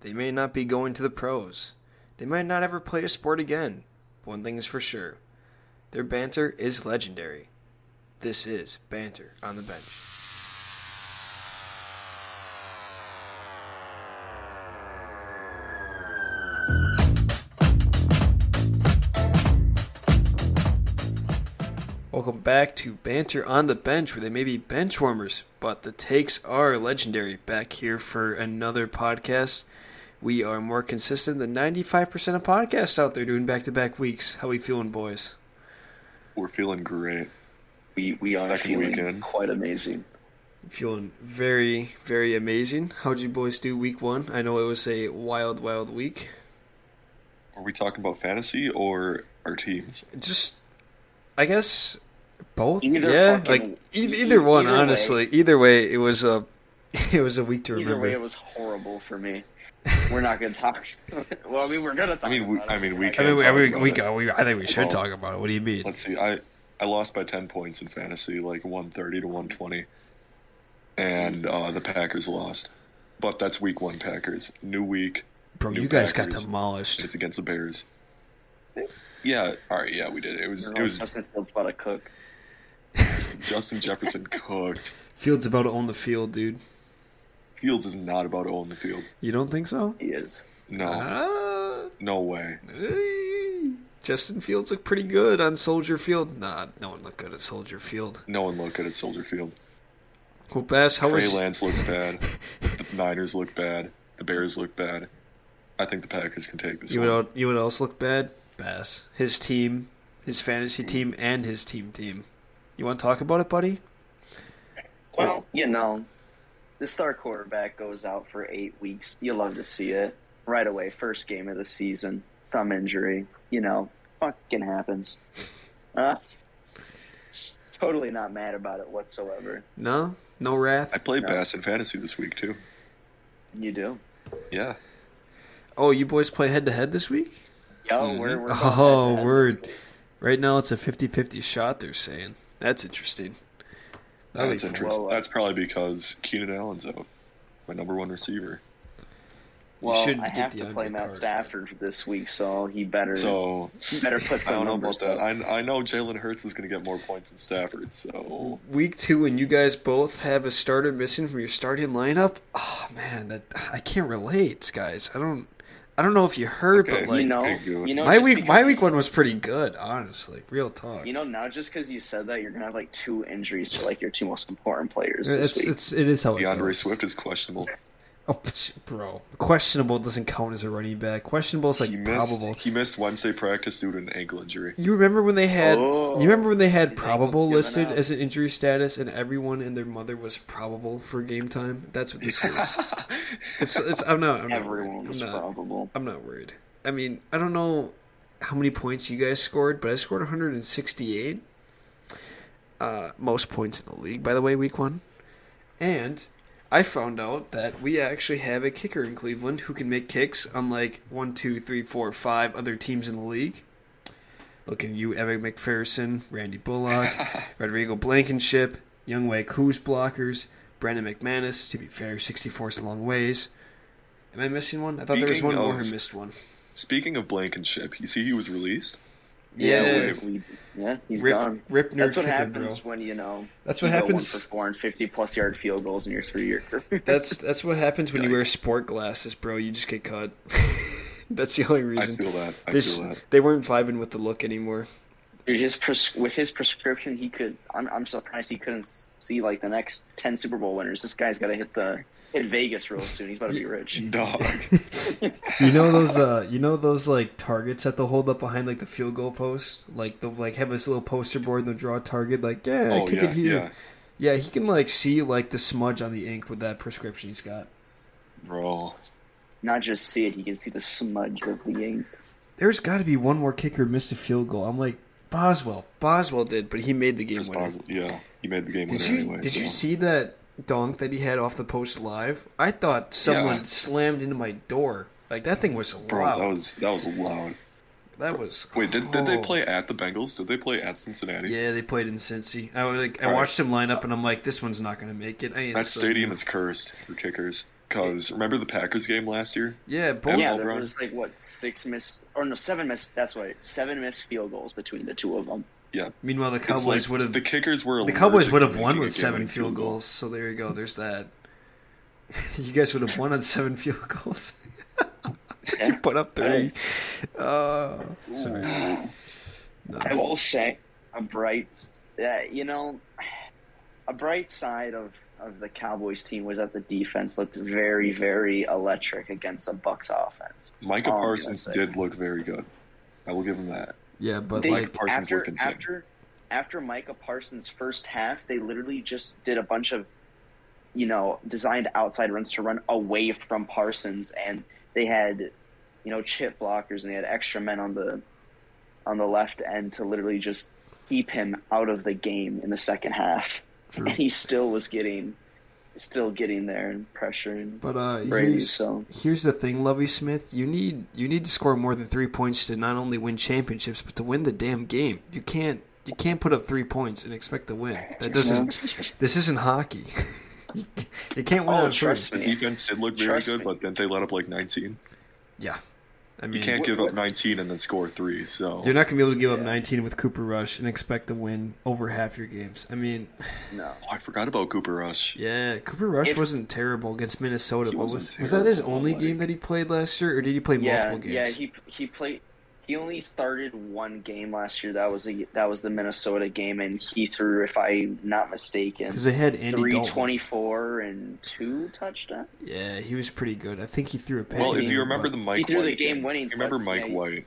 They may not be going to the pros. They might not ever play a sport again. But one thing is for sure their banter is legendary. This is Banter on the Bench. Welcome back to Banter on the Bench, where they may be bench warmers, but the takes are legendary. Back here for another podcast. We are more consistent than 95% of podcasts out there doing back to back weeks. How we feeling, boys? We're feeling great. We we are Second feeling weekend. quite amazing. Feeling very, very amazing. How'd you boys do week one? I know it was a wild, wild week. Are we talking about fantasy or our teams? Just, I guess, both. Either yeah, fucking- like e- e- either one. either way. honestly, either way, it was a, it was a week to Either way, it remember. was horrible for me. We're not gonna talk. well, I mean, we're gonna talk. I mean, we, about I mean, we Like, I can. mean, we, talk we, about we it. go. We, I think we should Well, talk about it. What do you mean? Let's see. I I lost by ten points in fantasy, like one thirty to one twenty, and uh, the Packers lost. But that's week one Packers. New week. Bro, new you guys got Packers. demolished. It's against the Bears. Yeah. All right. Yeah, we did. It was you it know, was Justin Fields about to cook. Justin Jefferson cooked. Field's about to own the field, dude. Fields is not about to own the field. You don't think so? He is. No. Uh, No way. eh, Justin Fields looked pretty good on Soldier Field. Nah, no one looked good at Soldier Field. No one looked good at Soldier Field. Well, Bass, how Trey was Lance looked bad. the Niners looked bad. The Bears looked bad. I think the Packers can take this you? one. Know, you know what else looked bad? Bass, his team, his fantasy team, and his team team. You want to talk about it, buddy? Well, you know, the star quarterback goes out for eight weeks. You love to see it right away. First game of the season, thumb injury. You know, fucking happens. Uh, totally not mad about it whatsoever. No, no wrath. I played No. Bass in fantasy this week too. You do. Yeah, Oh, you boys play head to head this week? Yo, Mm-hmm. we're, we're Oh, word. Right now it's a 50-50 shot. They're saying that's interesting. That'd that's be fun. interesting. Well, uh, that's probably because Keenan Allen's out, my number one receiver. Well, should I get have the to play Andre Matt card. Stafford this week, so he better So he better put I some don't know numbers about that. up. I, I know Jalen Hurts is going to get more points than Stafford. So Week two, and you guys both have a starter missing from your starting lineup. Oh man, that I can't relate, guys. I don't, I don't know if you heard, Okay. but like you know, big dude. you know, my just week, my because- week one was pretty good, honestly. Real talk. You know, now just because you said that, you're gonna have like two injuries to like your two most important players it's this week. it's it is how it DeAndre goes. Swift is questionable. Oh, psh, bro, questionable doesn't count as a running back. Questionable is like He missed. probable. He missed Wednesday practice due to an ankle injury. You remember when they had Oh. you remember when they had His probable ankle's given listed out. as an injury status and everyone and their mother was probable for game time? That's what this is. It's, it's I'm not I'm not, worried. Everyone I'm was not probable. I'm not worried. I mean, I don't know how many points you guys scored, but I scored 168. Uh, most points in the league, by the way, week one. And I found out that we actually have a kicker in Cleveland who can make kicks, unlike one, two, three, four, five other teams in the league. Look at you, Evan McPherson, Randy Bullock, Rodrigo Blankenship, Young Wei Koo's blockers, Brandon McManus. To be fair, 64 is a long ways. Am I missing one? I thought there was one Speaking more of- who missed one. Speaking of Blankenship, you see he was released. Yeah, we, yeah, he's Rip, gone. Rip nerd That's what kicker, happens bro. when you know. That's you what go happens- One for four and fifty plus yard field goals in your three-year career. That's that's what happens when you wear Yikes. sport glasses, bro. You just get cut. that's the only I reason. feel that. I They s- feel that. They weren't vibing with the look anymore. Dude, his pres- with his prescription, he could. I'm, I'm surprised he couldn't s- see like the next ten Super Bowl winners. This guy's got to hit the hit Vegas real soon. He's about to be rich. Dog. You know those uh you know those like targets that they'll hold up behind like the field goal post? Like they'll like have this little poster board and they'll draw a target like, yeah, oh kick yeah, it here. yeah, Yeah, he can like see like the smudge on the ink with that prescription he's got. bro. Not just see it, he can see the smudge of the ink. There's got to be one more kicker missed a field goal. I'm like Boswell. Boswell did, but he made the game Chris winner. Boswell. Yeah, he made the game Did winner you anyway. did you so. see that donk that he had off the post live? I thought someone Yeah. slammed into my door. Like that thing was Bro, loud. that was that was loud. That was Wait, did, did they oh. play at the Bengals? Did they play at Cincinnati? Yeah, they played in Cincy. I was like, I Right. watched them line up, and I'm like, this one's not going to make it. I ain't That so- stadium is cursed for kickers. Because remember the Packers game last year? Yeah, both. yeah, Home there run. was like what six missed or no seven missed. That's right, seven missed field goals between the two of them. Yeah. Meanwhile, the It's Cowboys like would have the kickers were the Cowboys allergic would to have won making a with game seven winning field goal. goals. So there you go. There's that. You guys would have won on seven field goals. you Yeah. put up three. Hey. Uh, sorry. I will say a bright, yeah, you know, a bright side of of the Cowboys team was that the defense looked very, very electric against the Bucks offense. Micah Um, Parsons that's it. did look very good. I will give him that. Yeah, but They- like Parsons after, looked insane. After, after Micah Parsons' first half, they literally just did a bunch of, you know, designed outside runs to run away from Parsons, and they had, you know, chip blockers, and they had extra men on the, on the left end to literally just keep him out of the game in the second half, True. and he still was getting, still getting there and pressuring. But uh, Brady, here's so- here's the thing, Lovey Smith. You need you need to score more than three points to not only win championships, but to win the damn game. You can't you can't put up three points and expect to win. That doesn't. this isn't hockey. you, c- you can't win Oh, on trust first. The Yeah. defense did look very Trust good, me. but didn't they let up like 19? Yeah, I mean You can't What- give what- up 19 and then score three. So you're not gonna be able to give up Yeah. 19 with Cooper Rush and expect to win over half your games. I mean, No, Oh, I forgot about Cooper Rush. yeah, Cooper Rush If- wasn't terrible against Minnesota. He But was wasn't was that his terrible, only like- game that he played last year, or did he play multiple games? Yeah, he he played. He only started one game last year. That was a, that was the Minnesota game, and he threw, if I'm not mistaken, because they had Andy three Dalton. twenty four and two touchdowns. Yeah, he was pretty good. I think he threw a pick. Well, in if there, you remember the but- Mike He threw the White, game-winning if you remember touch- Mike yeah, he- White.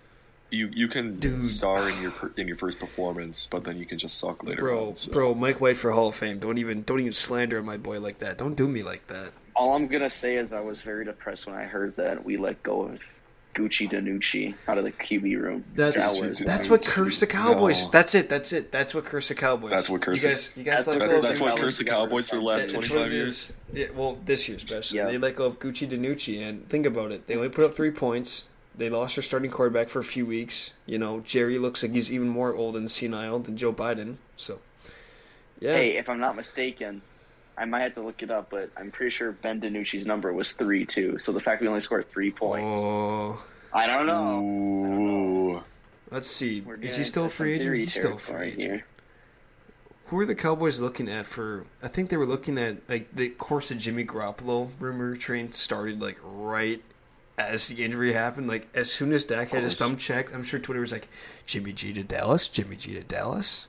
You you can Dude. star in your per, in your first performance, but then you can just suck later. bro, on, so. bro, Mike White for Hall of Fame. Don't even, don't even slander my boy like that. Don't do me like that. All I'm gonna say is I was very depressed when I heard that we let go of Gucci Danucci out of the QB room. That's that was that's what cursed the Cowboys. No. That's it. That's it. That's what cursed the Cowboys. That's what cursed You guys, you guys let That's what- go. That, Of that's Gucci. what Gucci cursed the Cowboys for the last That- That's 25 what it years. is. Yeah, well, this year especially, Yeah. they let go of Gucci Danucci, and think about it. They only put up three points. They lost their starting quarterback for a few weeks. You know, Jerry looks like he's even more old and senile than Joe Biden. So, yeah, hey, if I'm not mistaken, I might have to look it up, but I'm pretty sure Ben Danucci's number was three too. So the fact we only scored three points, Oh. I don't know. Ooh. Let's see. We're Is getting he still a into free some agent? theory He's still a free territory agent. here. Who are the Cowboys looking at for? I think they were looking at like the course of Jimmy Garoppolo rumor train started like right as the injury happened. Like as soon as Dak had his Close. thumb checked, I'm sure Twitter was like, "Jimmy G to Dallas, Jimmy G to Dallas."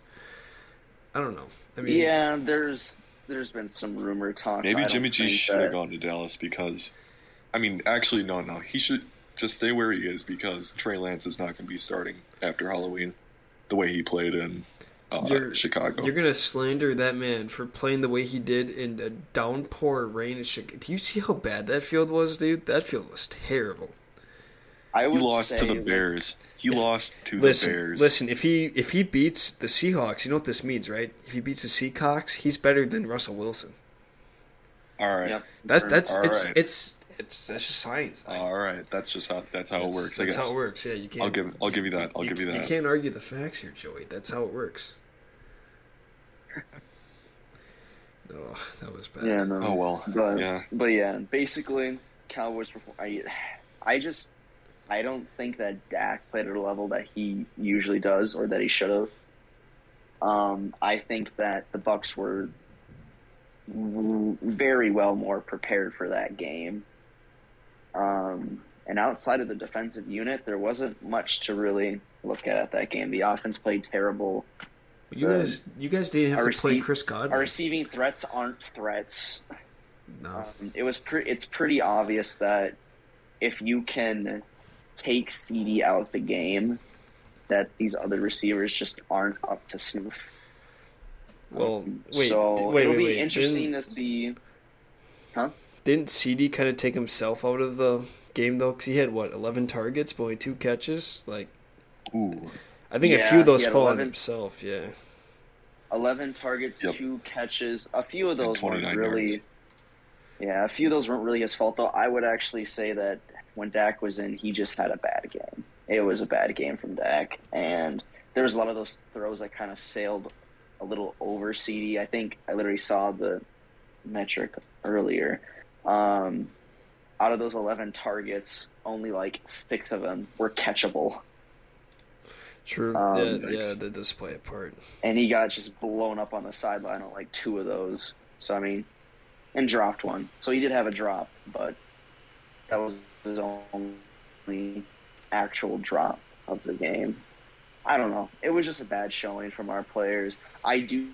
I don't know. I mean, Yeah, there's there's been some rumor talk. I Maybe don't Jimmy G think should that- have gone to Dallas because, I mean, actually, no, no. He should just stay where he is because Trey Lance is not going to be starting after Halloween the way he played in uh, You're- Chicago. You're gonna slander that man for playing the way he did in a downpour rain. in Chicago. Do you see how bad that field was, dude? That field was terrible. I he would lost to say, the like, Bears. He lost to Listen, the Bears. listen. If he if he beats the Seahawks, you know what this means, right? If he beats the Seahawks, he's better than Russell Wilson. All right. Yep. That's that's All it's, right. it's it's that's just science. Like, All right. That's just how that's how that's, it works. I That's guess. how it works. Yeah, you can't. I'll give I'll give you that. I'll give you You that. can't argue the facts here, Joey. That's how it works. oh, that was bad. Yeah, no. Oh well. But yeah. but yeah, basically Cowboys. perform- I I just I don't think that Dak played at a level that he usually does or that he should have. Um, I think that the Bucks were w- very well more prepared for that game. Um, and outside of the defensive unit, there wasn't much to really look at at that game. The offense played terrible. You Uh, guys, you guys didn't have our to play receive- Chris Godwin. Our receiving threats aren't threats. no. Um, it was pre- it's pretty obvious that if you can take CD out the game, that these other receivers just aren't up to snuff. Well, wait, um, so d- wait, it'll wait, be wait. interesting Didn't, to see. Huh? didn't CD kind of take himself out of the game though? Because he had what, eleven targets, but only two catches. Like, Ooh. I think a Yeah, few of those he had fall on 11. himself. Yeah. Eleven targets, Yep. two catches. A few of And those weren't 29 really. yards. Yeah, a few of those weren't really his fault though. I would actually say that when Dak was in, he just had a bad game. It was a bad game from Dak, and there was a lot of those throws that kind of sailed a little over CD. I think I literally saw the metric earlier. Um, out of those 11 targets, only like six of them were catchable. True. Um, yeah, yikes. yeah, the display part. And he got just blown up on the sideline on like two of those. So, I mean, and dropped one. So he did have a drop, but that was his only actual drop of the game. I don't know. It was just a bad showing from our players. I do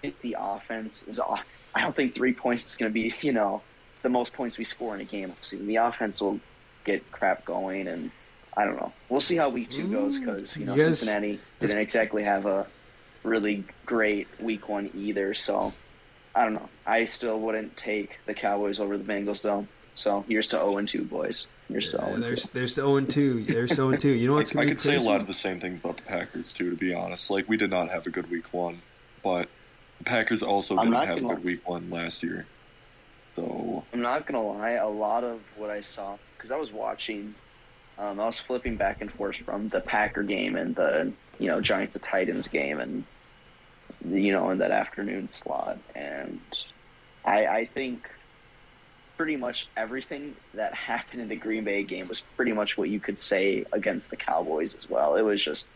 think the offense is off. I don't think three points is going to be, you know, the most points we score in a game this season. The offense will get crap going, and I don't know. We'll see how week two goes because you know you guys- Cincinnati it's- didn't exactly have a really great week one either. So I don't know. I still wouldn't take the Cowboys over the Bengals though. So here's to zero and two, boys. Here's to Yeah, zero and there's there's the 0 and 2. There's 0 and 2. You know what's I going to be could say a crazy? lot of the same things about the Packers too, to be honest. Like we did not have a good week one, but the Packers also I'm didn't not have a gonna- good week one last year. So I'm not gonna lie. A lot of what I saw, because I was watching, um, I was flipping back and forth from the Packer game and the you know Giants to Titans game, and you know in that afternoon slot, and I, I think pretty much everything that happened in the Green Bay game was pretty much what you could say against the Cowboys as well. It was just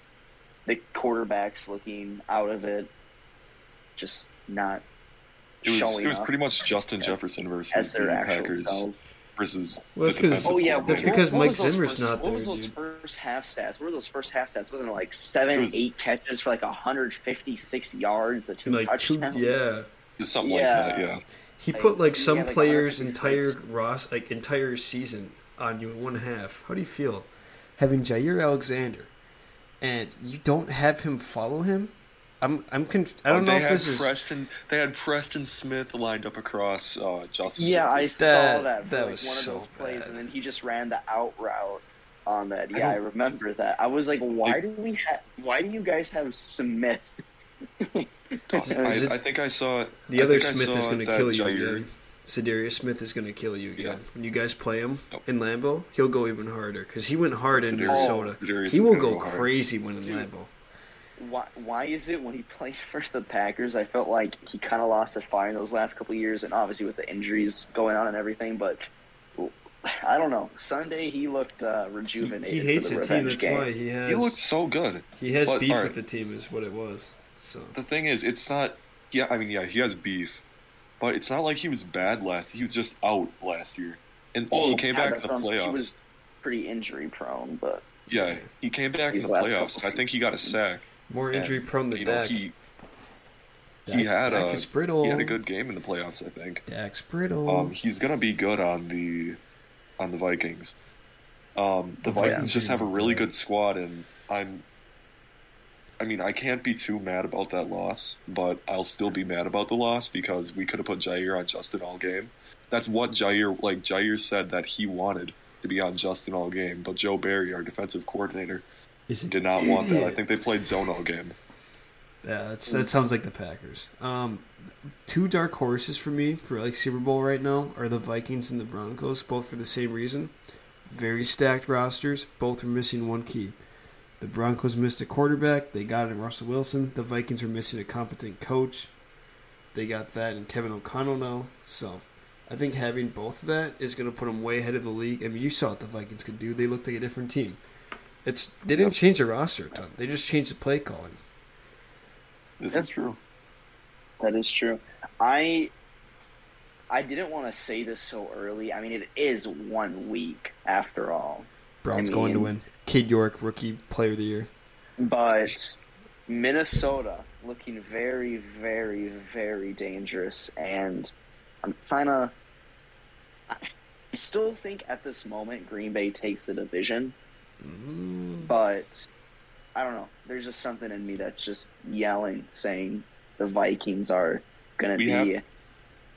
the quarterbacks looking out of it, just not it was showing it was up pretty much Justin as- Jefferson as versus the their actual Packers selves. versus Well, that's the 'cause- defensive Oh yeah, That's coordinator. because Mike was those Zimmer's first- not What there, was those dude. first half stats? What were those first half stats? Wasn't it like seven, It was- eight catches for like 156 yards, the two like two, touchdowns? yeah. something Yeah. like that. Yeah, He Like, put like yeah, some like, players' honestly, entire it's- Ross like entire season on you in one half. How do you feel having Jair Alexander and you don't have him follow him? I'm I'm conf- I don't Oh, they know if had this is Preston. They had Preston Smith lined up across uh, Justin. Yeah, I Jefferson. saw That- that. for, that like, was one so of those plays, bad. and then he just ran the out route on that. Yeah, I, don't- remember that. I was like, why Like- do we have? Why do you guys have Smith? Is it- I, I think I saw the I other think I Smith is saw going to that kill you Jair- again. Sidarius Smith is going to kill you again. Yeah. When you guys play him Nope. in Lambeau, he'll go even harder because he went hard in Sidarius- Minnesota. Sidarius he Oh, is will gonna go go hard. crazy when in Dude. Lambeau. why, why is it when he played for the Packers, I felt like he kind of lost his fire in those last couple of years, and obviously with the injuries going on and everything, but I don't know. Sunday he looked uh, He, rejuvenated. he hates for the the team. revenge That's game. why he has He looked so good. he has but- beef alright. with the team. Is what it was. So the thing is, it's not. Yeah, I mean, yeah, he has beef, but it's not like he was bad last. He was just out last year, and he came Yeah, back in that's the what I'm- He playoffs. was pretty injury prone, but yeah, he came back in These the last couple playoffs. I think he got a sack. more injury prone than You know, Dak. he Dak- he had Dak a is brittle. he had a good game in the playoffs. I think Dax brittle. um, he's gonna be good on the on the Vikings. Um, the The Vikings Vikings just are have a really bad. good squad, and I'm. I mean, I can't be too mad about that loss, but I'll still be mad about the loss because we could have put Jair on Justin all game. That's what Jair, like Jair said that he wanted to be on Justin all game, but Joe Barry, our defensive coordinator, is an did not want that. I idiot. think they played zone all game. Yeah, that's, that sounds like the Packers. Um, two dark horses for me for like Super Bowl right now are the Vikings and the Broncos, both for the same reason. Very stacked rosters. Both are missing one key. The Broncos missed a quarterback. They got it in Russell Wilson. The Vikings are missing a competent coach. They got that in Kevin O'Connell now. So I think having both of that is going to put them way ahead of the league. I mean, you saw what the Vikings could do. They looked like a different team. It's they didn't change the roster a ton. They just changed the play calling. This That's is true. That is true. I I didn't want to say this so early. I mean, it is one week after all, Brown's I going to mean- win. Kid York, rookie player of the year. but Minnesota looking very, very, very dangerous, and I'm kind of. I still think at this moment Green Bay takes the division, Mm. but I don't know. There's just something in me that's just yelling, saying the Vikings are going to We be. have-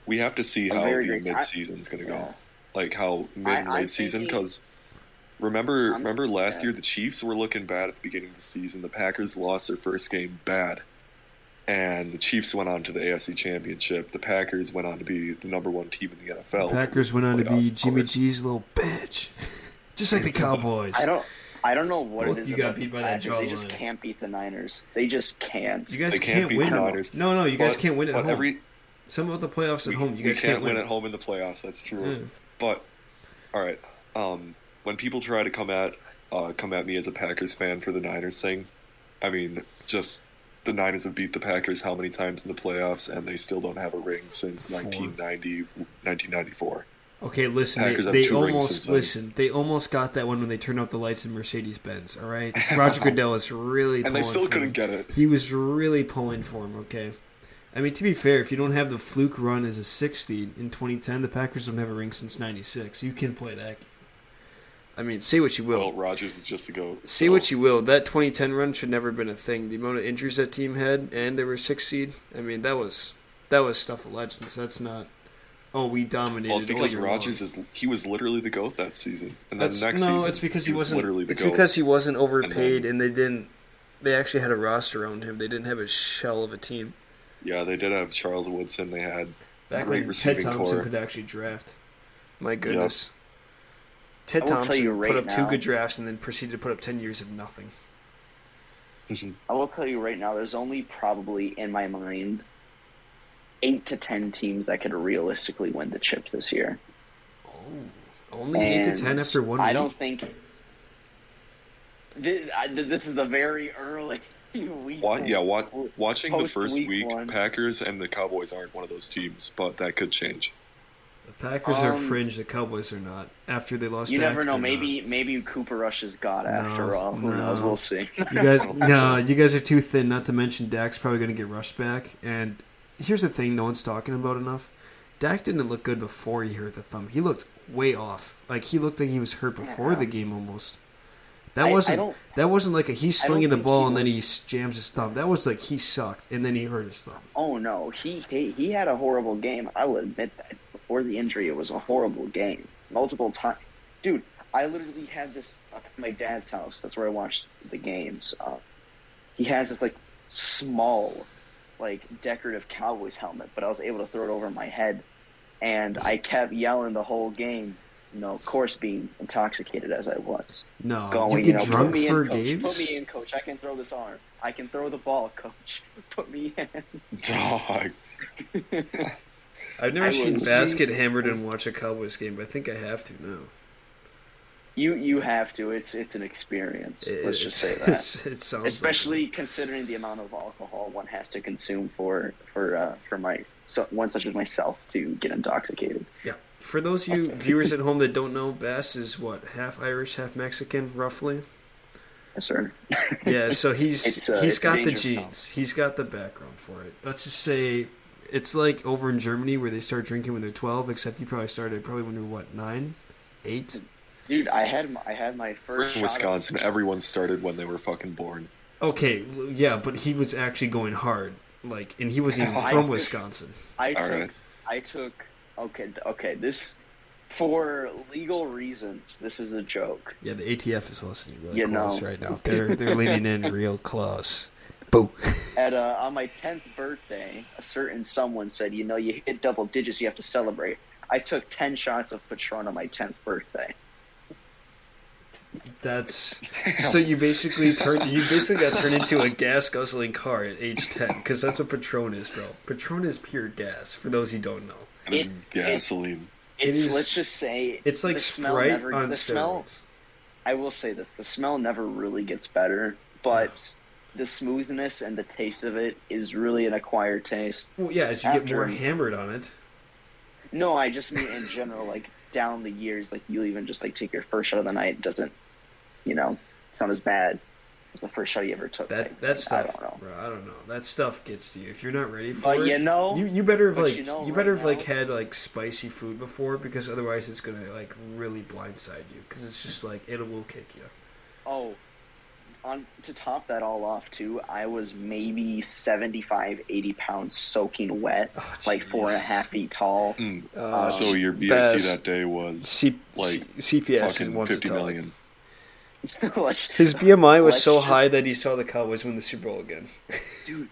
We have to see how very the great- I- mid-season is going to go. Yeah. like how mid and I- I'm late season thinking- because remember I'm- remember last yeah. year the Chiefs were looking bad at the beginning of the season. The Packers lost their first game bad, and the Chiefs went on to the AFC Championship. The Packers went on to be the number one team in the NFL. Packers went on to be Playoffs, of Jimmy course. G's little bitch, just like the Cowboys. I don't. I don't know what Both it is. you got about beat the by that Packers. They just jawline. can't beat the Niners. They just can't. you guys They can't, can't beat win. the at home. Niners. No, no, you guys But- can't win at but home. every Some about the playoffs at we- home. You we guys can't win. at home in the playoffs. That's true. Yeah. But All right. Um, when people try to come at uh, come at me as a Packers fan for the Niners thing, I mean, just the Niners have beat the Packers how many times in the playoffs, and they still don't have a ring since Four. 1990, 1994. Okay, listen. Packers have they they two rings almost since then. listen. They almost got that one when they turned off the lights in Mercedes Benz. All right, Roger Goodell is really And they pulling still for couldn't him. get it. He was really pulling for him. Okay, I mean to be fair, if you don't have the fluke run as a sixth seed in 2010, the Packers don't have a ring since '96. You can play that. game. I mean, say what you will. Well, Rogers is just a go. Say what you will, that 2010 run should never have been a thing. The amount of injuries that team had, and they were six seed. I mean, that was that was stuff of legends. That's not. Oh, we dominated. Well, it's all because year Rogers long. is he was literally the goat that season, and then That's, next no, season it's because he, he was wasn't. literally the it's goat. because he wasn't And overpaid, then- and they didn't. They actually had a roster around him. They didn't have a shell of a team. yeah, they did have Charles Woodson. They had Back Great when Ted receiving Thompson core. could actually draft. My goodness. I Ted will tell Thompson you right put up two now- good drafts and then proceeded to put up ten years of nothing. I will tell you right now, there's only probably in my mind eight to ten teams that could realistically win the chip this year. Oh, only eight to And ten after one. I week? don't think Thi- I- th- this is the very early week. Wa- yeah, wa- watching the Post first week week, one. Packers and the Cowboys aren't one of those teams, but that could change. The Packers are Um, fringe. The Cowboys are not. After they lost, You Dak, never know. they're Maybe maybe Cooper Rush is God after all. Who no. knows? We'll see. not. you guys. don't think no, so. you guys are too thin. Not to mention Dak's probably going to get rushed back. And here's the thing: no one's talking about enough. Dak didn't look good before he hurt the thumb. He looked way off. Like he looked like he was hurt before Yeah. the game almost. That I- I wasn't. don't- that wasn't like a he's I don't slinging the think ball he and then was- he s- jams his thumb. That was like he sucked and then he hurt his thumb. Oh no, he, he he had a horrible game. I will admit that. Before the injury, it was a horrible game. Multiple times, dude. I literally had this at my dad's house. That's where I watched the games. Uh, he has this like small, like decorative Cowboys helmet, but I was able to throw it over my head, and I kept yelling the whole game. You know, of course, being intoxicated as I was No, going. Uh, you know, get put drunk me in, for coach. games. Put me in, coach. I can throw this arm. I can throw the ball, coach. Put me in. Dog. I've I will see- hammered and watch a Cowboys game, but I think I have to now. You you have to. It's it's an experience. It- let's just it's- say it's- that. It sounds like- Especially considering the amount of alcohol one has to consume for for uh, for my so one such as myself to get intoxicated. yeah. For those of you viewers at home that don't know, Bass is what half Irish, half Mexican, roughly. Yes, sir. Yeah, so he's It's, uh, he's it's got the dangerous genes. now. He's got the background for it. Let's just say it's like over in Germany where they start drinking when they're twelve. Except you probably started probably when you were what nine, eight. Dude, I had my, I had my We're in first shot of- Wisconsin. Everyone started when they were fucking born. Okay, l- yeah, but he was actually going hard, like, and he wasn't even I from was- Wisconsin. I All took right. I took okay th- okay this for legal reasons. This is a joke. Yeah, the ATF is listening really You close know. right now. They're they're leaning in real close. Boo. At uh, on my tenth birthday, a certain someone said, "You know, you hit double digits, you have to celebrate." I took ten shots of Patron on my tenth birthday. That's so you basically turned you basically got turned into a gas guzzling car at age ten because that's what Patron is, bro. Patron is pure gas. For those who don't know, It is It- gasoline. It It's, is- let's just say it's like the smell Sprite never- on the steroids. smell- I will say this: the smell never really gets better, but the smoothness and the taste of it is really an acquired taste. Well, yeah, as you get more After- hammered on it. No, I just mean in general, like down the years, like you even just like take your first shot of the night it doesn't, you know, it's not as bad as the first shot you ever took. That type that thing. stuff, I don't know. bro. I don't know. That stuff gets to you if you're not ready for But it. you know, you, you better have but like you, you know better right have like now- had like spicy food before because otherwise it's gonna like really blindside you because it's just like it will kick you. oh, on to top that all off too, I was maybe 75, 80 pounds soaking wet, Oh, like four and a jeez. half feet tall. Mm. Uh, so your BSC Baz- that day was C- Like, C- CPS is fucking once fifty million. Like, His BMI was Let's so just- high that he saw the Cowboys win the Super Bowl again. dude.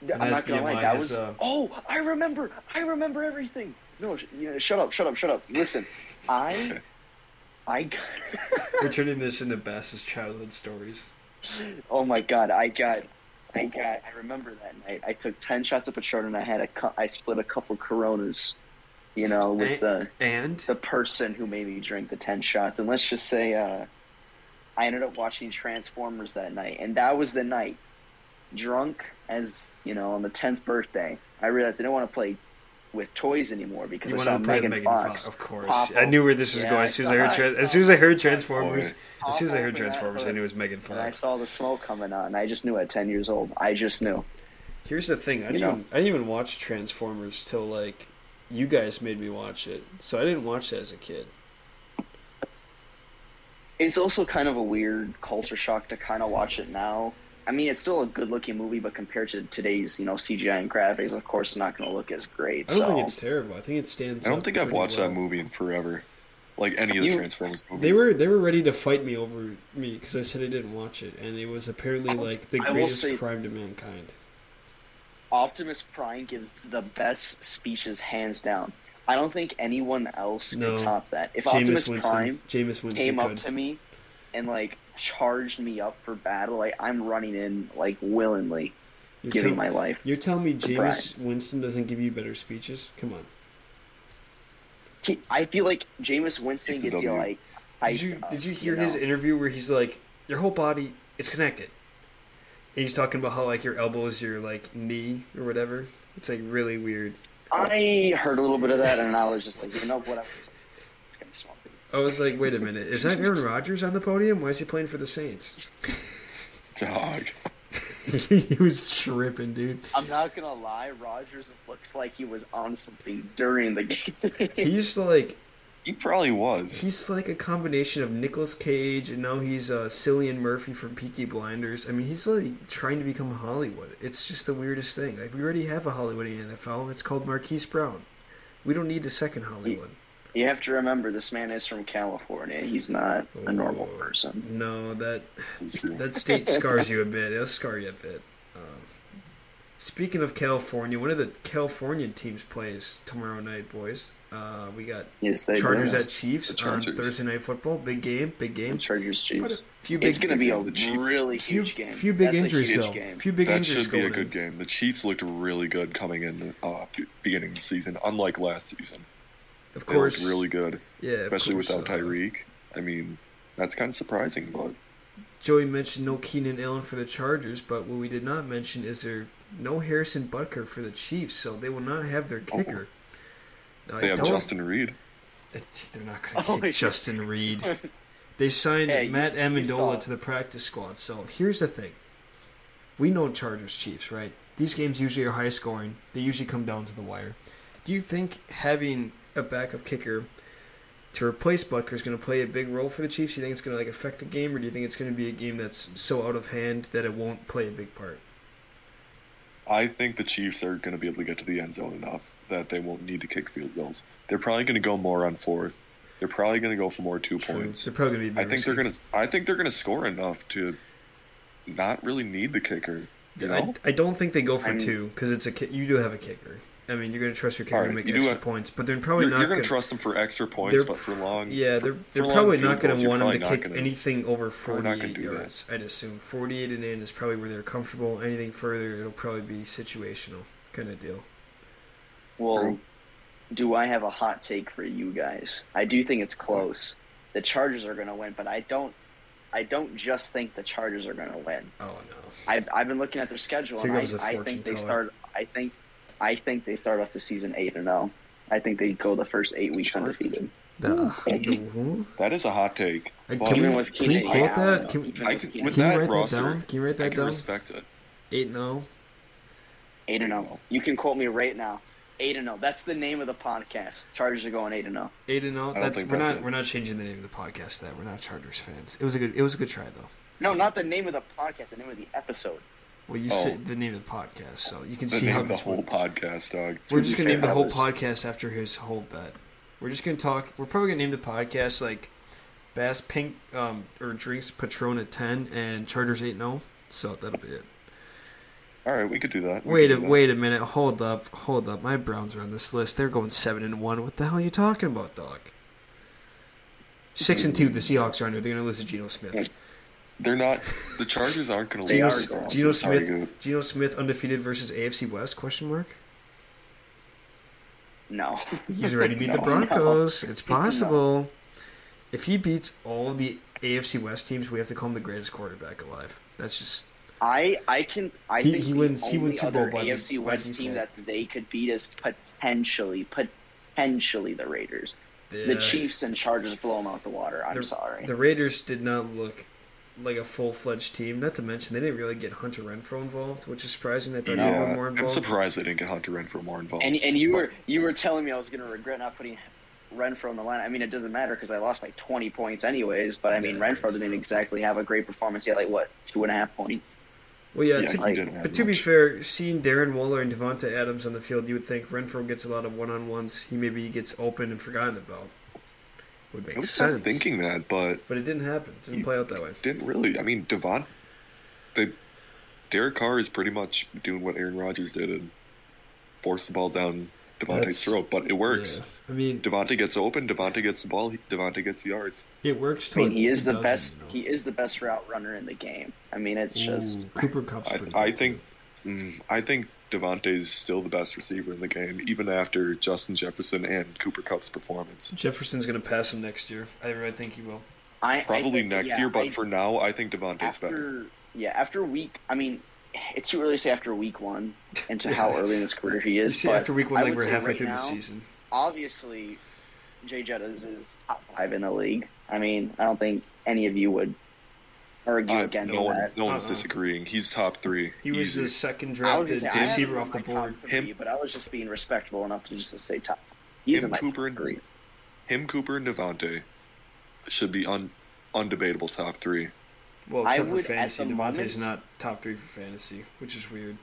his I'm not gonna BMI lie, that is, was. uh, Oh, I remember, I remember everything. No, sh- you know, shut up, shut up, shut up. Listen, I, I, got- We're turning this into Bass's childhood stories. oh my god, I got, I got. I remember that night. I took ten shots of Patron and I had a, cou- I split a couple Coronas. you know, with the And the person who made me drink the ten shots. And let's just say uh, I ended up watching Transformers that night, and that was the night, drunk as you know, on the tenth birthday, I realized I didn't want to play with toys anymore because you I want saw to play Megan, Megan Fox. Fox, of course. Pop I up. knew where this was Yeah, going I as soon as saw I heard that. Trans- as soon as I heard Transformers. Boy. As soon as I heard Pop up in that Transformers, I hood. knew it was Megan And I Fox. saw the smoke coming on. I just knew at ten years old. I just knew. Here's the thing: I didn't, You know. even, I didn't even watch Transformers till like you guys made me watch it, so I didn't watch that as a kid. It's also kind of a weird culture shock to kind of watch it now. I mean, it's still a good-looking movie, but compared to today's, you know, CGI and graphics, of course, it's not going to look as great. I don't so think it's terrible. I think it stands. I don't up think I've pretty watched well. that movie in forever. Like any of the You- Transformers movies. They were they were ready to fight me over me because I said I didn't watch it, and it was apparently like the I will greatest say- crime to mankind. Optimus Prime gives the best speeches hands down. I don't think anyone else No. could top that. If Jameis Optimus Winston, Prime Jameis Winston came up could. to me and like charged me up for battle, like I'm running in like willingly, You're giving tell- my life. You're telling me to Jameis Winston doesn't give you better speeches? Come on. He, I feel like Jameis Winston gets you W. like. Did hyped you up, did you hear know? his interview where he's like, your whole body is connected, and he's talking about how like your elbow is your like knee or whatever. It's like really weird. I heard a little bit of that, and I was just like, you know what? I'm just gonna smoke. it. I was like, wait a minute, is that Aaron Rodgers on the podium? Why is he playing for the Saints? Dog. he was tripping, dude. I'm not gonna lie. Rogers looked like he was on something during the game. He's like He probably was. He's like a combination of Nicolas Cage and now he's uh, Cillian Murphy from Peaky Blinders. I mean, he's like trying to become Hollywood. It's just the weirdest thing. Like we already have a Hollywood in the NFL. It's called Marquise Brown. We don't need a second Hollywood. you have to remember, this man is from California. He's not a normal Oh, person. No, that That's true. that state scars you a bit. It'll scar you a bit. Um, speaking of California, one of the Californian teams plays tomorrow night, boys. Uh, we got Yes, they Chargers do. at Chiefs The Chargers. on Thursday night football. Big game, big game. Chargers Chiefs. Few It's gonna be a the Chiefs- really few, huge game. few big That's a injuries huge though. game. Few big that injuries should be a going good in. game. The Chiefs looked really good coming in the uh, beginning of the season, unlike last season. Of They looked course, really good, yeah. of especially course, without uh, Tyreek. I mean, that's kind of surprising, but Joey mentioned no Keenan Allen for the Chargers, but what we did not mention is there no Harrison Butker for the Chiefs, so they will not have their kicker. Now, I Oh. they have don't- Justin Reed. it- They're not going to Oh, kick yeah. Justin Reed. They signed Hey, you- Matt you saw Amendola it. to the practice squad. So here's the thing: we know Chargers Chiefs, right? These games usually are high scoring. They usually come down to the wire. Do you think having a backup kicker to replace Butker is going to play a big role for the Chiefs? Do you think it's going to like affect the game, or do you think it's going to be a game that's so out of hand that it won't play a big part? I think the Chiefs are going to be able to get to the end zone enough that they won't need to kick field goals. They're probably going to go more on fourth. They're probably going to go for more two points. They're probably going to be. I think they're going to. I think they're going to score enough to not really need the kicker. You know, I, I don't think they go for I'm- two because it's a ki- you do have a kicker. I mean, you're going to trust your kicker Alright, to make you do extra have- points, but they're probably you're, not you're going gonna- to trust them for extra points, They're- but for long. Yeah, they're for- they're for long probably field not going goals, to you're want him to probably not kick gonna- anything over We're not gonna 48 do that. yards. I'd assume 48 and in is probably where they're comfortable. Anything further, it'll probably be situational kind of deal. Well, do I have a hot take for you guys? I do think it's close. The Chargers are going to win, but I don't. I don't just think the Chargers are going to win. Oh no, I've, I've been looking at their schedule, Here and I, goes the I fortune think they teller. start. I think, I think they start off the season eight and zero. I think they go the first eight weeks Chargers. undefeated. the, Ooh. the- who? That is a hot take. Hey, but Can we- Even with can we Keenan quote Allen, that? Can we- even I with could- Keenan with Can that you write roster, that down? Can you write I that can down? respect it. Eight and oh? zero. Eight and zero. You can quote me right now. Eight and zero. That's the name of the podcast. Chargers are going eight and oh. zero. Eight and zero. don't That's think we're that's not it. we're not changing the name of the podcast. to That we're not Chargers fans. It was a good it was a good try though. No, not the name of the podcast. The name of the episode. Well, you Oh. said the name of the podcast, so you can The see name how of the this whole went. podcast, dog. We're just gonna name the That whole was- podcast after his whole bet. We're just gonna talk. We're probably gonna name the podcast like Bass Pink um, or Drinks Patron at ten and Charters eight zero. So that'll be it. All right, we could do that. We Wait could a do that. wait a minute. Hold up, hold up. My Browns are on this list. They're going seven and one. What the hell are you talking about, dog? Six and two. The Seahawks are under. They're gonna lose to Geno Smith. They're not. The Chargers aren't going to They Geno, lose. are going. Geno I'm sorry, Smith. Geno Smith undefeated versus AFC West? Question mark. No. He's ready to beat the No, Broncos. It's No. possible. If he beats all the AFC West teams, we have to call him the greatest quarterback alive. That's just I I can I He- think he the wins- he only wins Super other Bowl by- AFC by West team that default. they could beat is potentially potentially the Raiders. The Chiefs and Chargers blow them out the water. I'm the, sorry. The Raiders did not look like a full fledged team. Not to mention they didn't really get Hunter Renfro involved, which is surprising. I thought he would Yeah, be more I'm involved. surprised they didn't get Hunter Renfro more involved. and and you were you were telling me I was going to regret not putting Renfro in the line. I mean, it doesn't matter because I lost by 20 points anyways. But I mean, Yeah, Renfro didn't exactly have a great performance. He had like what two and a half points. Well, yeah. yeah, to- he like- didn't have but to be much. fair, seeing Darren Waller and Devonta Adams on the field, you would think Renfro gets a lot of one on ones. He maybe gets open and forgotten about. Would make I was kind sense. of thinking that, but But it didn't happen. It didn't play out that way. didn't really. I mean, Devon, they, Derek Carr is pretty much doing what Aaron Rodgers did and forced the ball down Devontae's That's- throat, but it works. Yeah. I mean, Devontae gets open, Devontae gets the ball, he- Devontae gets yards. it works. I Till mean, he it- is it the doesn't, best. you know. He is the best route runner in the game. I mean, it's just Ooh, Cooper Cup's. Mm. I, pretty I good, too. think, mm, I think Devontae's still the best receiver in the game, even after Justin Jefferson and Cooper Cup's performance. Jefferson's going to pass him next year. I really think he will. I I Probably think- next yeah, year, but I- for now, I think Devontae's better. after yeah after week. I mean, it's too early to say after week one and to how early in his career he You is. see, but after week one, I like would we're say halfway right through the now, season. Obviously, Jay Jettas is top five in the league. I mean, I don't think any of you would argue Uh, I- against no one, that. uh-huh. no one's Uh-uh. disagreeing. He's top three. He was Easy. the second I was drafted gonna say, I had receiver him off on the my top board. three, Him- but I was just being respectable enough to just to say top. He's in him, my Cooper, top three. and him, Cooper, and Devontae should be un, undebatable top three. Well, I except for would, at fantasy, the Devontae's moment- not top three for fantasy, which is weird.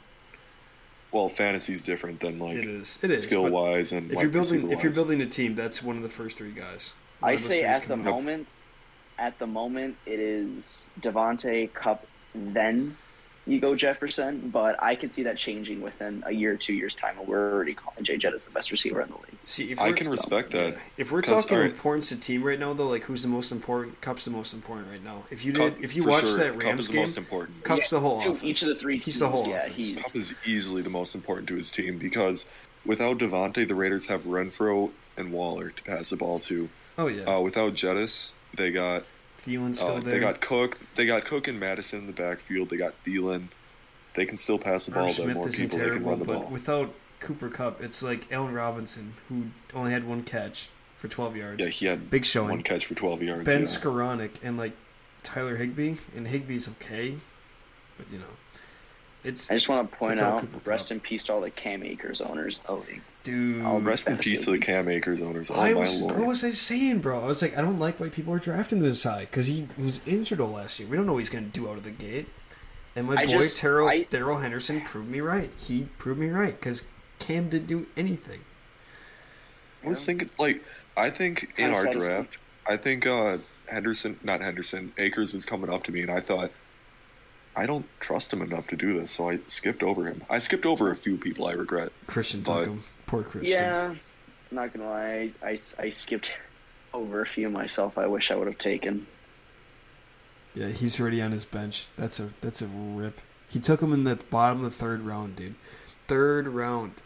Well, fantasy's different than like it is. It is. skill but wise and if wide you're building, receiver if you're wise. building a team, that's one of the first three guys. One I of those say three is at the coming up. moment, at the moment, it is Devonte Cup. Then you go Jefferson, but I could see that changing within a year, or two years time. and We're already calling Jay Jett as the best receiver in the league. See, if I we're- can respect that. Yeah. If we're 'Cause, talking alright. importance to team right now, though, like who's the most important? Cup's the most important right now. If you did, Cup, if you for watched sure, that Cup Rams is the game, most important. Cup's the whole Two- offense. Each of the three. He's the teams, whole yeah, offense. he's- Cup is easily the most important to his team because without Devontae, the Raiders have Renfro and Waller to pass the ball to. oh yeah, Uh, without Jettis, they got Thielen's still uh, there. they got Cook, they got Cook and Madison in the backfield. They got Thielen. They can still pass the Irv ball to Smith more isn't people. They can terrible, run the but ball. without Cooper Cup, it's like Allen Robinson, who only had one catch for 12 yards. Yeah, he had Big showing. one catch for 12 yards. ben yeah. Skoranek and like Tyler Higby, and Higby's okay, but you know, it's I just want to point That's all out, Cooper Kupp. rest in peace to all the Cam Akers owners. Oh, dude. I'll Rest in Fantasy peace to the Cam Akers owners. Oh, I my was, lord. what was I saying, bro? I was like, I don't like why people are drafting this high because he was injured all last year. We don't know what he's gonna do out of the gate. And my I boy just- Terrell I- Daryl Henderson proved me right. He proved me right because Cam didn't do anything. I was thinking, like, I think in our Hindsight's- draft, I think uh, Henderson, not Henderson, Akers was coming up to me, and I thought, I don't trust him enough to do this, so I skipped over him. I skipped over a few people I regret. Christian But- Tuckum, poor Christian. yeah. Not gonna lie, I, I skipped over a few myself. I wish I would have taken. Yeah, he's already on his bench. That's a that's a rip. He took him in the bottom of the third round, dude. Third round.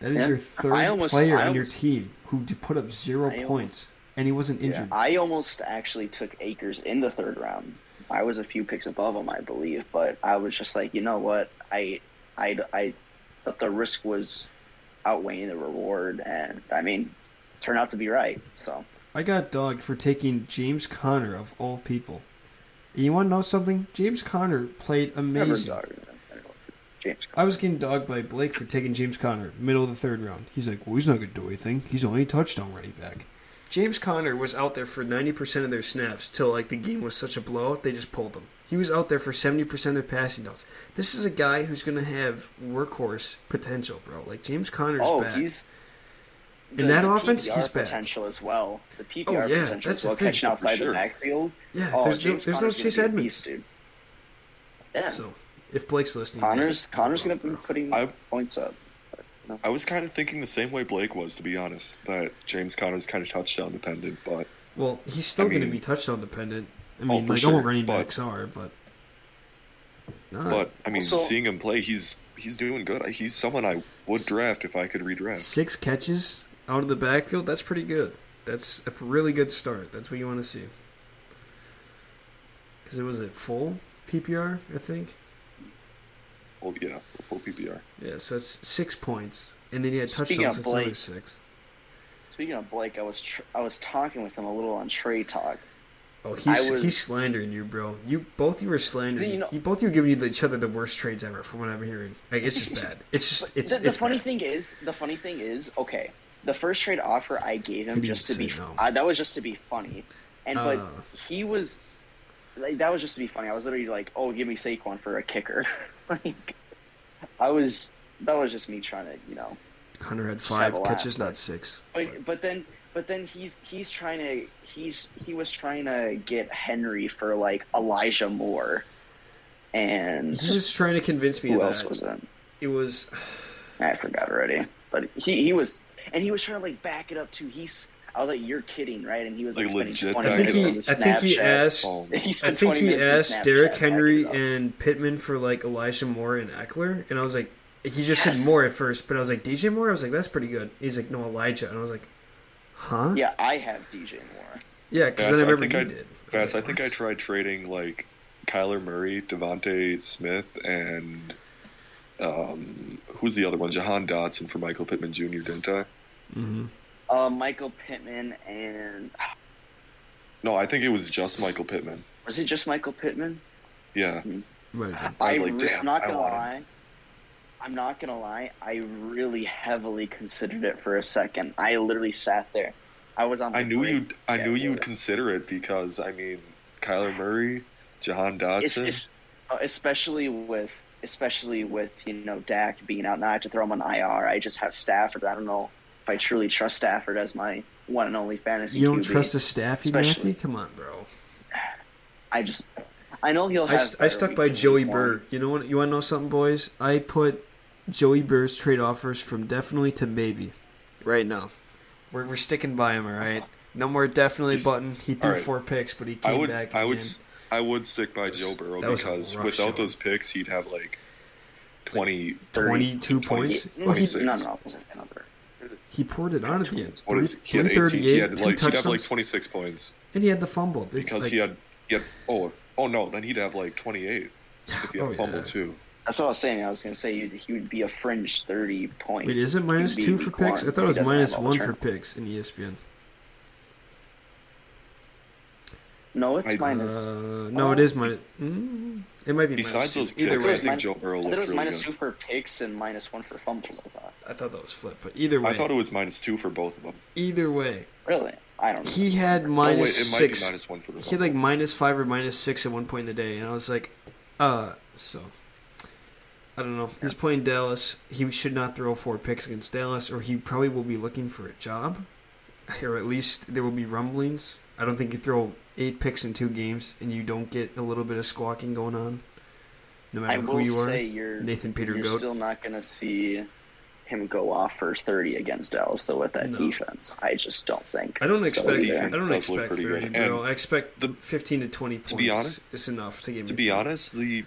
That is Yeah. your I third almost- player I on your almost- team who d- put up zero I almost- points, and he wasn't injured. I almost actually took Akers in the third round. I was a few picks above him, I believe, but I was just like, you know what, I, I, I, thought the risk was outweighing the reward, and I mean, turned out to be right. So I got dogged for taking James Conner of all people. And you want to know something? James Conner played never amazing. dog- James. I was getting dogged by Blake for taking James Conner middle of the third round. He's like, well, he's not going to do anything. He's only a touchdown running back. James Conner was out there for 90% of their snaps till like the game was such a blowout, they just pulled him. He was out there for 70% of their passing downs. This is a guy who's going to have workhorse potential, bro. Like James Conner's Oh, back. he's In that offense, PPR he's back. potential as well. The PPR Oh, yeah, potential that's as the well, thing, catching for outside sure. the backfield. yeah, Oh, there's no, James there's no Conner's gonna Chase be a Edmonds. beast, dude. Yeah, So if Blake's listening, Connor's Connor's gonna be Bro. putting I- points up. I was kind of thinking the same way Blake was, to be honest, that James Conner's kind of touchdown dependent, but Well, he's still I going mean- to be touchdown dependent. I oh, mean, for like sure, all running but- backs are, but. Nah. but I mean, Also- seeing him play, he's he's doing good. He's someone I would draft if I could redraft. Six catches out of the backfield. That's pretty good. That's a really good start. That's what you want to see. Because it was at full PPR, I think. Oh yeah, full PPR. Yeah, so it's six points, and then you had Speaking touchdowns. of It's another Blake. six. Speaking of Blake, I was tr- I was talking with him a little on trade talk. Oh, he's I was- he's slandering you, bro. You both you were slandering. You You know- both you giving each other the worst trades ever, from what I'm hearing. Like it's just bad. It's just it's the, the it's funny bad. thing is, the funny thing is, okay, the first trade offer I gave him He just to didn't be say no. uh, that was just to be funny, and but Oh. he was like that was just to be funny. I was literally like, oh, give me Saquon for a kicker. like I was that was just me trying to you know, Hunter had have five a laugh, catches, like- not six. but but then but then he's he's trying to he's he was trying to get Henry for like Elijah Moore, and He was trying to convince me who that else was it? it was. I forgot already. But he, he was and he was trying to like back it up too. He's I was like, "You're kidding, right?" And he was like, Like, spending legit 20 I back think it he up. minutes on I think he Snapchat. asked. Oh, He I spent think 20 he minutes on asked Snapchat Derrick backing Henry it up. and Pittman for like Elijah Moore and Eckler, and I was like, he just said Yes. Moore at first, but I was like DJ Moore. I was like, that's pretty good. He's like, no Elijah, and I was like, huh? yeah, I have DJ Moore. yeah. Because Fast, then I I remember think you I- did. I was Fast, I like, think I what? tried trading like Kyler Murray, Devontae Smith, and um, who's the other one? Jahan Dotson for Michael Pittman Jr. Didn't I? Mm-hmm. Uh, Michael Pittman and No, I think it was just Michael Pittman. was it just Michael Pittman? Yeah, Might have been. I was I like, re- "Damn, not I gonna want him." lie. I'm not gonna lie. I really heavily considered it for a second. I literally sat there. I was on. I the knew break you. I that knew you'd day. consider it because I mean, Kyler Murray, Jahan it's, Dotson. it's uh, especially with especially with you know Dak being out. Now I have to throw him on IR. I just have Stafford. I don't know if I truly trust Stafford as my one and only fantasy. You don't QB. trust the Staffy, Especially- Matthew? Come on, bro. I just I know he'll. I, Have st- I better stuck weeks by in Joey week one. Burr. You know what? You want to know something, boys? I put Joey Burr's trade offers from definitely to maybe. Right now, we're we're sticking by him. All right. No more definitely He's- button. He threw alright. four picks, but he came I would. back. I would. and- s- I would stick by was- Joe Burrow that was a because rough without showing. those picks, he'd have like 20, 30, 22 points. No, Well, he- he- no, no, it wasn't another. He poured it on at the end. What is he Three had 18, he had thirty-eight, two like he'd touchdowns, have like 26 points and he had the fumble. Dude, because like, he had he had oh oh no then he'd have like 28 if he had Oh, a fumble yeah. too. That's what I was saying. I was going to say you'd, he would be a fringe thirty point. Wait, is it minus QB two for week one. picks? I thought He it was doesn't minus have all the one for turnovers. picks in E ESPN. No, it's I- minus. Uh, no, it is minus. Mm, it might be minus Besides two. those Either picks, way, I think Joe Burrow I thought it looks was really minus good. two for picks and minus one for fumbles. I thought. I thought that was flip, but either way, I thought it was minus two for both of them. either way, Really, I don't. know. he had Oh, wait, it minus might six. be minus one for the he had like minus five or minus six at one point in the day, and I was like, uh, so I don't know. He's playing Dallas. He should not throw four picks against Dallas, or he probably will be looking for a job, or at least there will be rumblings. I don't think you throw eight picks in two games and you don't get a little bit of squawking going on, no I matter will who you are. say you're Nathan Peter you're Goat. still not going to see him go off for 30 against Dallas though with that No. defense. I just don't think. I don't expect. I defense don't does look expect pretty thirty, good. bro. And I expect the- fifteen to twenty points. to be honest- is enough to get me. To be through. honest, the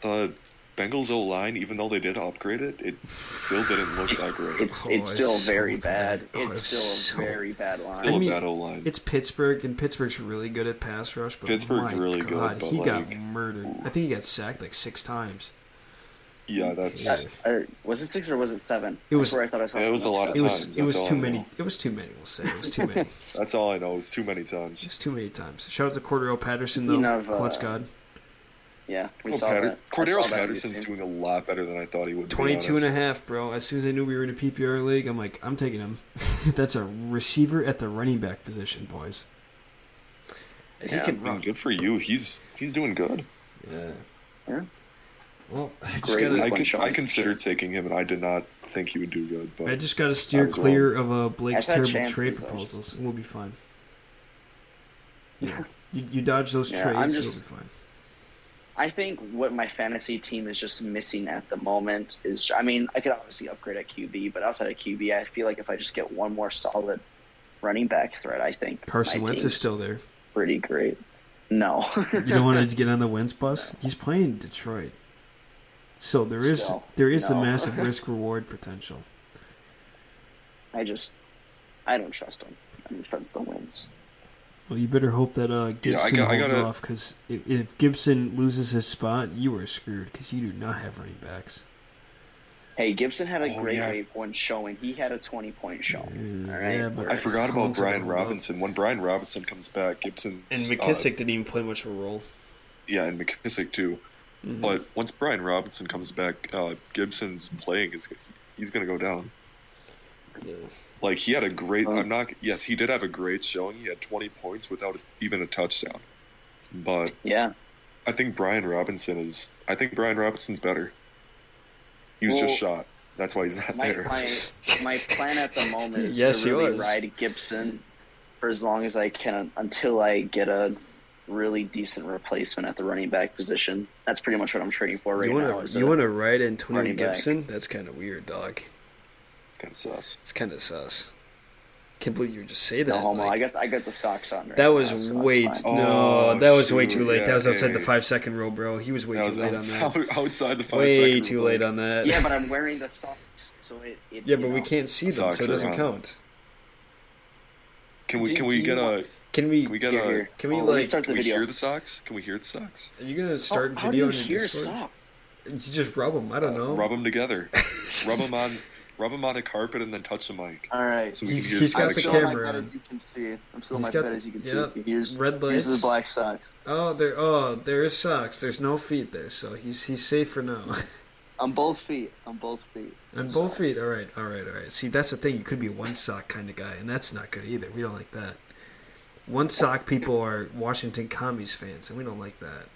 the Bengals O line, even though they did upgrade it, it still didn't look that great. It's Oh, it's it's still so very bad. bad. Oh, It's it's still so a very bad line. still mean, a bad O line. it's Pittsburgh, and Pittsburgh's really good at pass rush. But Pittsburgh's my really good, God, but, he got like, murdered. I think he got sacked like six times. Yeah, that's Yeah. Uh, was it six or was it seven? It was- That's where I thought I saw. It was something a lot like of It that. was times, it was that's too all I many. know. It was too many. We'll say it was too many. that's all I know. It's too many times. It's too many times. Shout out to Cordero Patterson though, Speaking of, uh, clutch god. Yeah, we Oh, saw Patter- that. I Cordero saw that Patterson's dude. doing a lot better than I thought he would. to be 22 and a honest. half, bro. As soon as I knew we were in a PPR league, I'm like, I'm taking him. That's a receiver at the running back position, boys. And Yeah, he can I mean, run. Good for you. He's he's doing good. Yeah. Yeah. Well, I just Great gotta. I, Like con- Sean. I considered taking him, and I did not think he would do good. But I just got to steer was clear of uh, Blake's I've had terrible chances, trade though. proposals, and we'll be fine. You, know, you, you dodge those Yeah, I'm trades, just- you'll be fine. I think what my fantasy team is just missing at the moment is, I mean, I could obviously upgrade at QB, but outside of QB, I feel like if I just get one more solid running back threat, I think Carson my Wentz team's is still there. pretty great. No, You don't want to get on the Wentz bus? He's playing Detroit. So there is Still, there is the no. massive risk reward potential. I just, I don't trust him. I mean, Fenstone wins. Well, you better hope that uh, Yeah, I Gibson got- I holds gotta- off because if, if Gibson loses his spot, you are screwed because you do not have running backs. Hey, Gibson had a Oh, great yeah. wave one showing. He had a twenty point showing. All right, yeah, but- I forgot about Holds Brian it all up. Robinson. When Brian Robinson comes back, Gibson uh, And McKissick didn't even play much of a role. yeah, and McKissick too. Mm-hmm. But once Brian Robinson comes back, uh, Gibson's playing is he's gonna go down. Yeah. Like he had a great. Um, I'm not. Yes, he did have a great showing. He had 20 points without even a touchdown. But yeah. I think Brian Robinson is. I think Brian Robinson's better. He was just shot. That's why he's not My, there. my my plan at the moment is Yes, he to really was. ride Gibson for as long as I can until I get a really decent replacement at the running back position. That's pretty much what I'm trading for right you now. want is to a- you want to ride Antonio running back. Gibson? That's kind of weird, dog. It's kind of sus. It's kind of sus. Can't believe you would just say that. no homo. like- I got I got the socks on. Right that now, was so that's way fine. t- no. That was way Oh, shoot, too late. that yeah, was outside the hey. five second rule, bro. He was way That too was late on that. outside, outside the five Way second too rule. late on that. Yeah, but I'm wearing the socks, so it. it Yeah, you but we know. can't see them, Socks so it are doesn't on. count. Can we? Do- Can do we you get a? want- Can we? Can we get Here, a? here. can we, Oh, let me like- start the Can we video? hear the socks? Can we hear the socks? are you gonna How- start Oh, how do video you on your hear Discord? sock? You just rub them. I don't know. Rub them together. rub them on. Rub them on a carpet and then touch the mic. All right. So we He's- can hear he's got the the socks. still camera. my bet on. as you can see. I'm still He's my got bet the- as you can yeah, see. Here's red Here's lights. the black socks. Oh, there. Oh, there is socks. There's no feet there, so he's he's safe for now. On both feet. On both feet. On both feet. All right. All right. All right. See, that's the thing. You could be a one sock kind of guy, and that's not good either. We don't like that. One sock people are Washington commies fans, and we don't like that.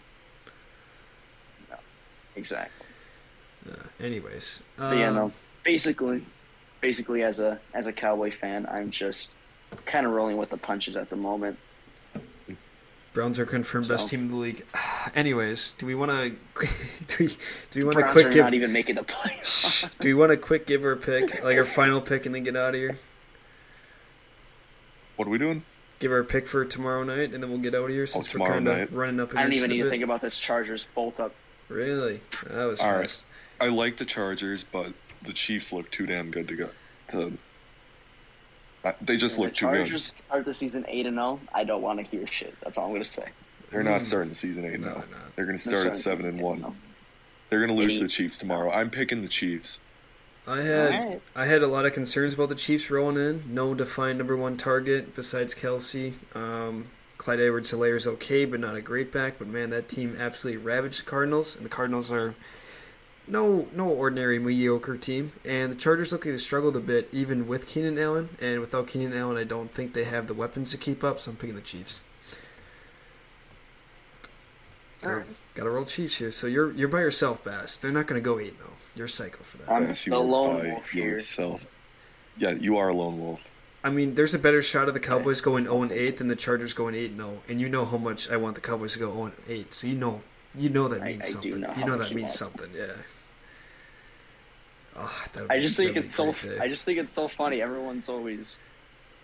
Exactly. Uh, anyways, But yeah, um, no. Basically, basically as a as a cowboy fan, I'm just kind of rolling with the punches at the moment. Browns are confirmed best So- team in the league. anyways, do we want to? do we do we want to Browns quick are give? not even making the playoffs. Shh. do we want to quick give our pick, like our final pick, and then get out of here? What are we doing? Give our pick for tomorrow night, and then we'll get out of here since we're Oh, tomorrow kind of night. running up against I don't even it a need to bit. think about this Chargers bolt up. Really, that was All right. fast. I like the Chargers, but the Chiefs look too damn good to go. To, I- they just The look too good. Chargers start the season eight and zero. I don't want to hear shit. That's all I'm gonna say. They're not starting season eight No, they're now. They're, not. going to They're start at starting seven and season one. eight and oh. They're going to lose Eight. to the Chiefs tomorrow. I'm picking the Chiefs. I had Alright. I had a lot of concerns about the Chiefs rolling in. No defined number one target besides Kelsey. Um, Clyde edwards hilaire is okay, but not a great back. But man, that team absolutely ravaged the Cardinals, and the Cardinals are no no ordinary mediocre team. And the Chargers look like they struggled a bit, even with Keenan Allen. And without Keenan Allen, I don't think they have the weapons to keep up. So I'm picking the Chiefs. Alright. Got to roll Chiefs here. So you're you're by yourself, Bass. They're not going to go eight zero. You're psycho for that. I'm Yes, you the are lone by wolf here. yourself. Yeah, you are a lone wolf. I mean, there's a better shot of the Cowboys going 0 and 8 than the Chargers going 8 and 0. And you know how much I want the Cowboys to go 0 and 8. So you know, you know that I- means I do something. know you how know much that you means want. something. Yeah. Ah, that'd I be- just think that'd it's be a so. great day. I just think it's so funny. Everyone's always,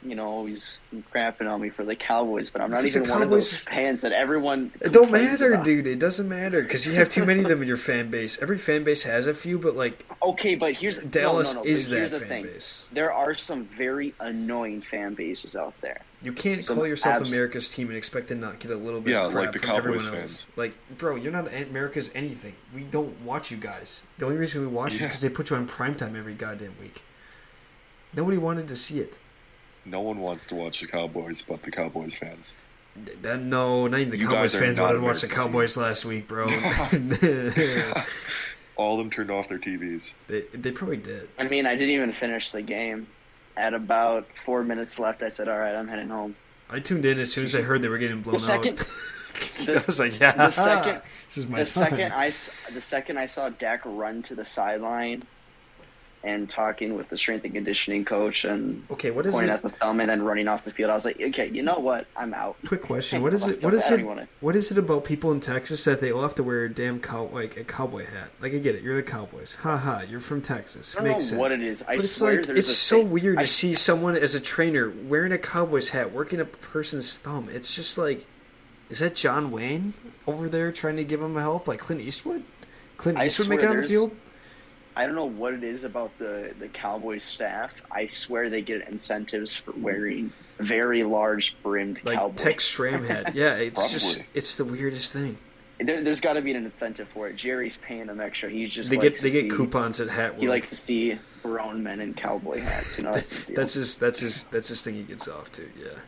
you know, always crapping on me for the Cowboys, but I'm not Because the even one of those Cowboys- fans that everyone. It don't complains matter, about. dude. It doesn't matter because you have too many of them in your fan base. Every fan base has a few, but like Okay, but here's no, no, Dallas no, but is here's that the fan thing. base. There are some very annoying fan bases out there. You can't Some call yourself abs- America's team and expect to not get a little bit Yeah, of crap like the from Cowboys everyone else. fans. Like, bro, you're not an- America's anything. We don't watch you guys. The only reason we watch you is Yeah. because they put you on primetime every goddamn week. Nobody wanted to see it. No one wants to watch the Cowboys but the Cowboys fans. D- That, no, not even the You Cowboys guys are fans not wanted to watch the Cowboys America's last week, bro. they, All of them turned off their TVs. they probably did. I mean, I didn't even finish the game. At about four minutes left, I said, "All right, I'm heading home." I tuned in as soon as I heard they were getting blown second- out. the- I was like, yeah, the second- this is my the time. second I s- the second I saw Dak run to the sideline and talking with the strength and conditioning coach and okay, what is pointing it? at the thumb and then running off the field, I was like, okay, you know what? I'm out. Quick question: What is it? Fuck What is that, it? I wanna- What is it about people in Texas that they all have to wear a damn cow like a cowboy hat? Like I get it, you're the Cowboys. Ha ha, you're from Texas. I don't Makes know sense. what it is. I but it's swear like there's it's a so thing- weird to I- see someone as a trainer wearing a Cowboys hat working a person's thumb. It's just like, is that John Wayne over there trying to give him help like Clint Eastwood? Clint I Eastwood swear make it on the there's- field? I don't know what it is about the the Cowboys staff. I swear they get incentives for wearing very large brimmed Like Cowboys. Tex Schramm had. Yeah, it's just Probably. it's the weirdest thing. There, there's got to be an incentive for it. Jerry's paying them extra. He just They get likes they to get see, coupons at Hat World. He likes to see grown men in cowboy hats. You know, that's, his deal. that's his that's his that's his thing he gets off to. Yeah. He's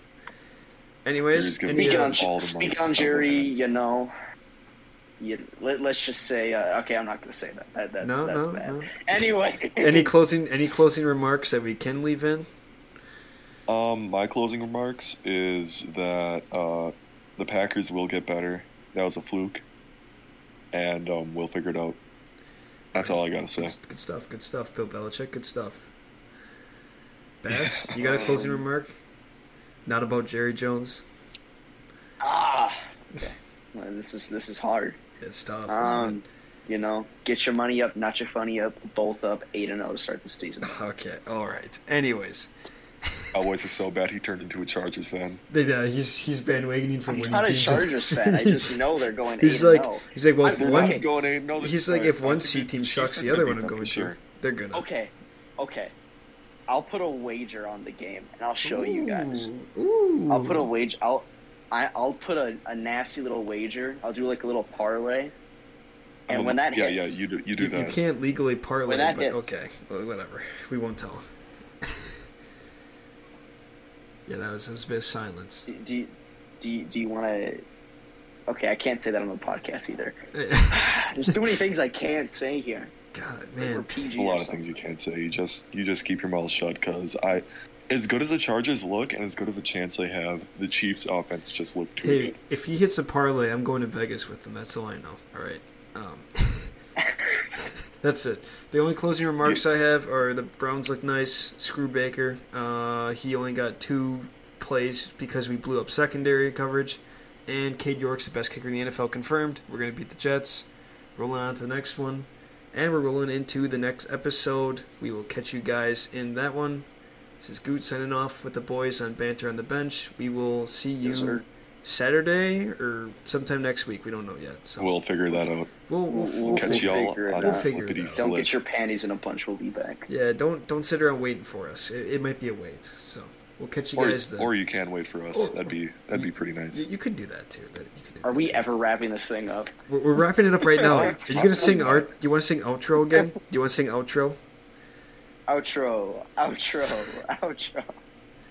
Anyways, gonna any, Speaking Yeah, uh, on all the speaking money. on Jerry, Okay. you know, you, let, us just say uh, okay. I'm not going to say that. that that's No, that's no, bad. no. Anyway, any closing any closing remarks that we can leave in? Um, my closing remarks is that uh, the Packers will get better. That was a fluke, and um, we'll figure it out. That's all I gotta say. Good, good stuff. Good stuff. Bill Belichick. Good stuff. Bass, you got a closing Um, remark? Not about Jerry Jones. ah, okay. Well, this is this is hard. It's tough. isn't Um, you know, get your money up, not your funny up, bolt up, eight and zero to start the season. it? Okay. All right. Anyways, Cowboys is so bad he turned into a Chargers fan. they, uh, he's he's bandwagoning from I'm winning not a teams. Chargers fan. I just know they're going eight he's and like zero. he's like well I if love one it. Going eight and oh, this he's is like right. if I one think C the team Chiefs sucks, are the gonna other one beat will them go for into. sure. They're good. Okay, okay, I'll put a wager on the game and I'll show you guys. Ooh. I'll put a wage. I'll I, I'll put a, a nasty little wager. I'll do like a little parlay, and Um, when that yeah, hits, yeah, you do, you do You, you that. can't legally parlay, When that but hits. okay, well, whatever. We won't tell. yeah, that was that was a bit of silence. do, do do you, do you want to? Okay, I can't say that on the podcast either. There's too many things I can't say here. God, We're man, PG a or lot of something. things you can't say. You just you just keep your mouth shut because I, as good as the Chargers look and as good of a chance they have, the Chiefs offense just looked too hey, good. if he hits a parlay, I'm going to Vegas with him. That's all I know. All right. Um, that's it. The only closing remarks I have are the Browns look nice. Screw Baker. Uh, he only got two plays because we blew up secondary coverage. And Cade York's the best kicker in the NFL confirmed. We're going to beat the Jets. Rolling on to the next one. And we're rolling into the next episode. We will catch you guys in that one. This is Goot signing off with the boys on Banter on the Bench. We will see you Yes, sir. Saturday or sometime next week. We don't know yet. So We'll figure that out. we'll, we'll, We'll- we'll we'll Catch figure- y'all figure it on out. Figure it flippity out. Don't flip. get your panties in a bunch. We'll be back. Yeah, don't don't sit around waiting for us. It, it might be a wait. So we'll catch you or, guys then. or you can wait for us. Or- that'd be that'd be pretty nice. You- you could do that too. That you could do Are that, we too. ever wrapping this thing up? We're, we're wrapping it up right now. Are you gonna sing art? You want to sing outro again? You want to sing outro? Outro, outro, outro.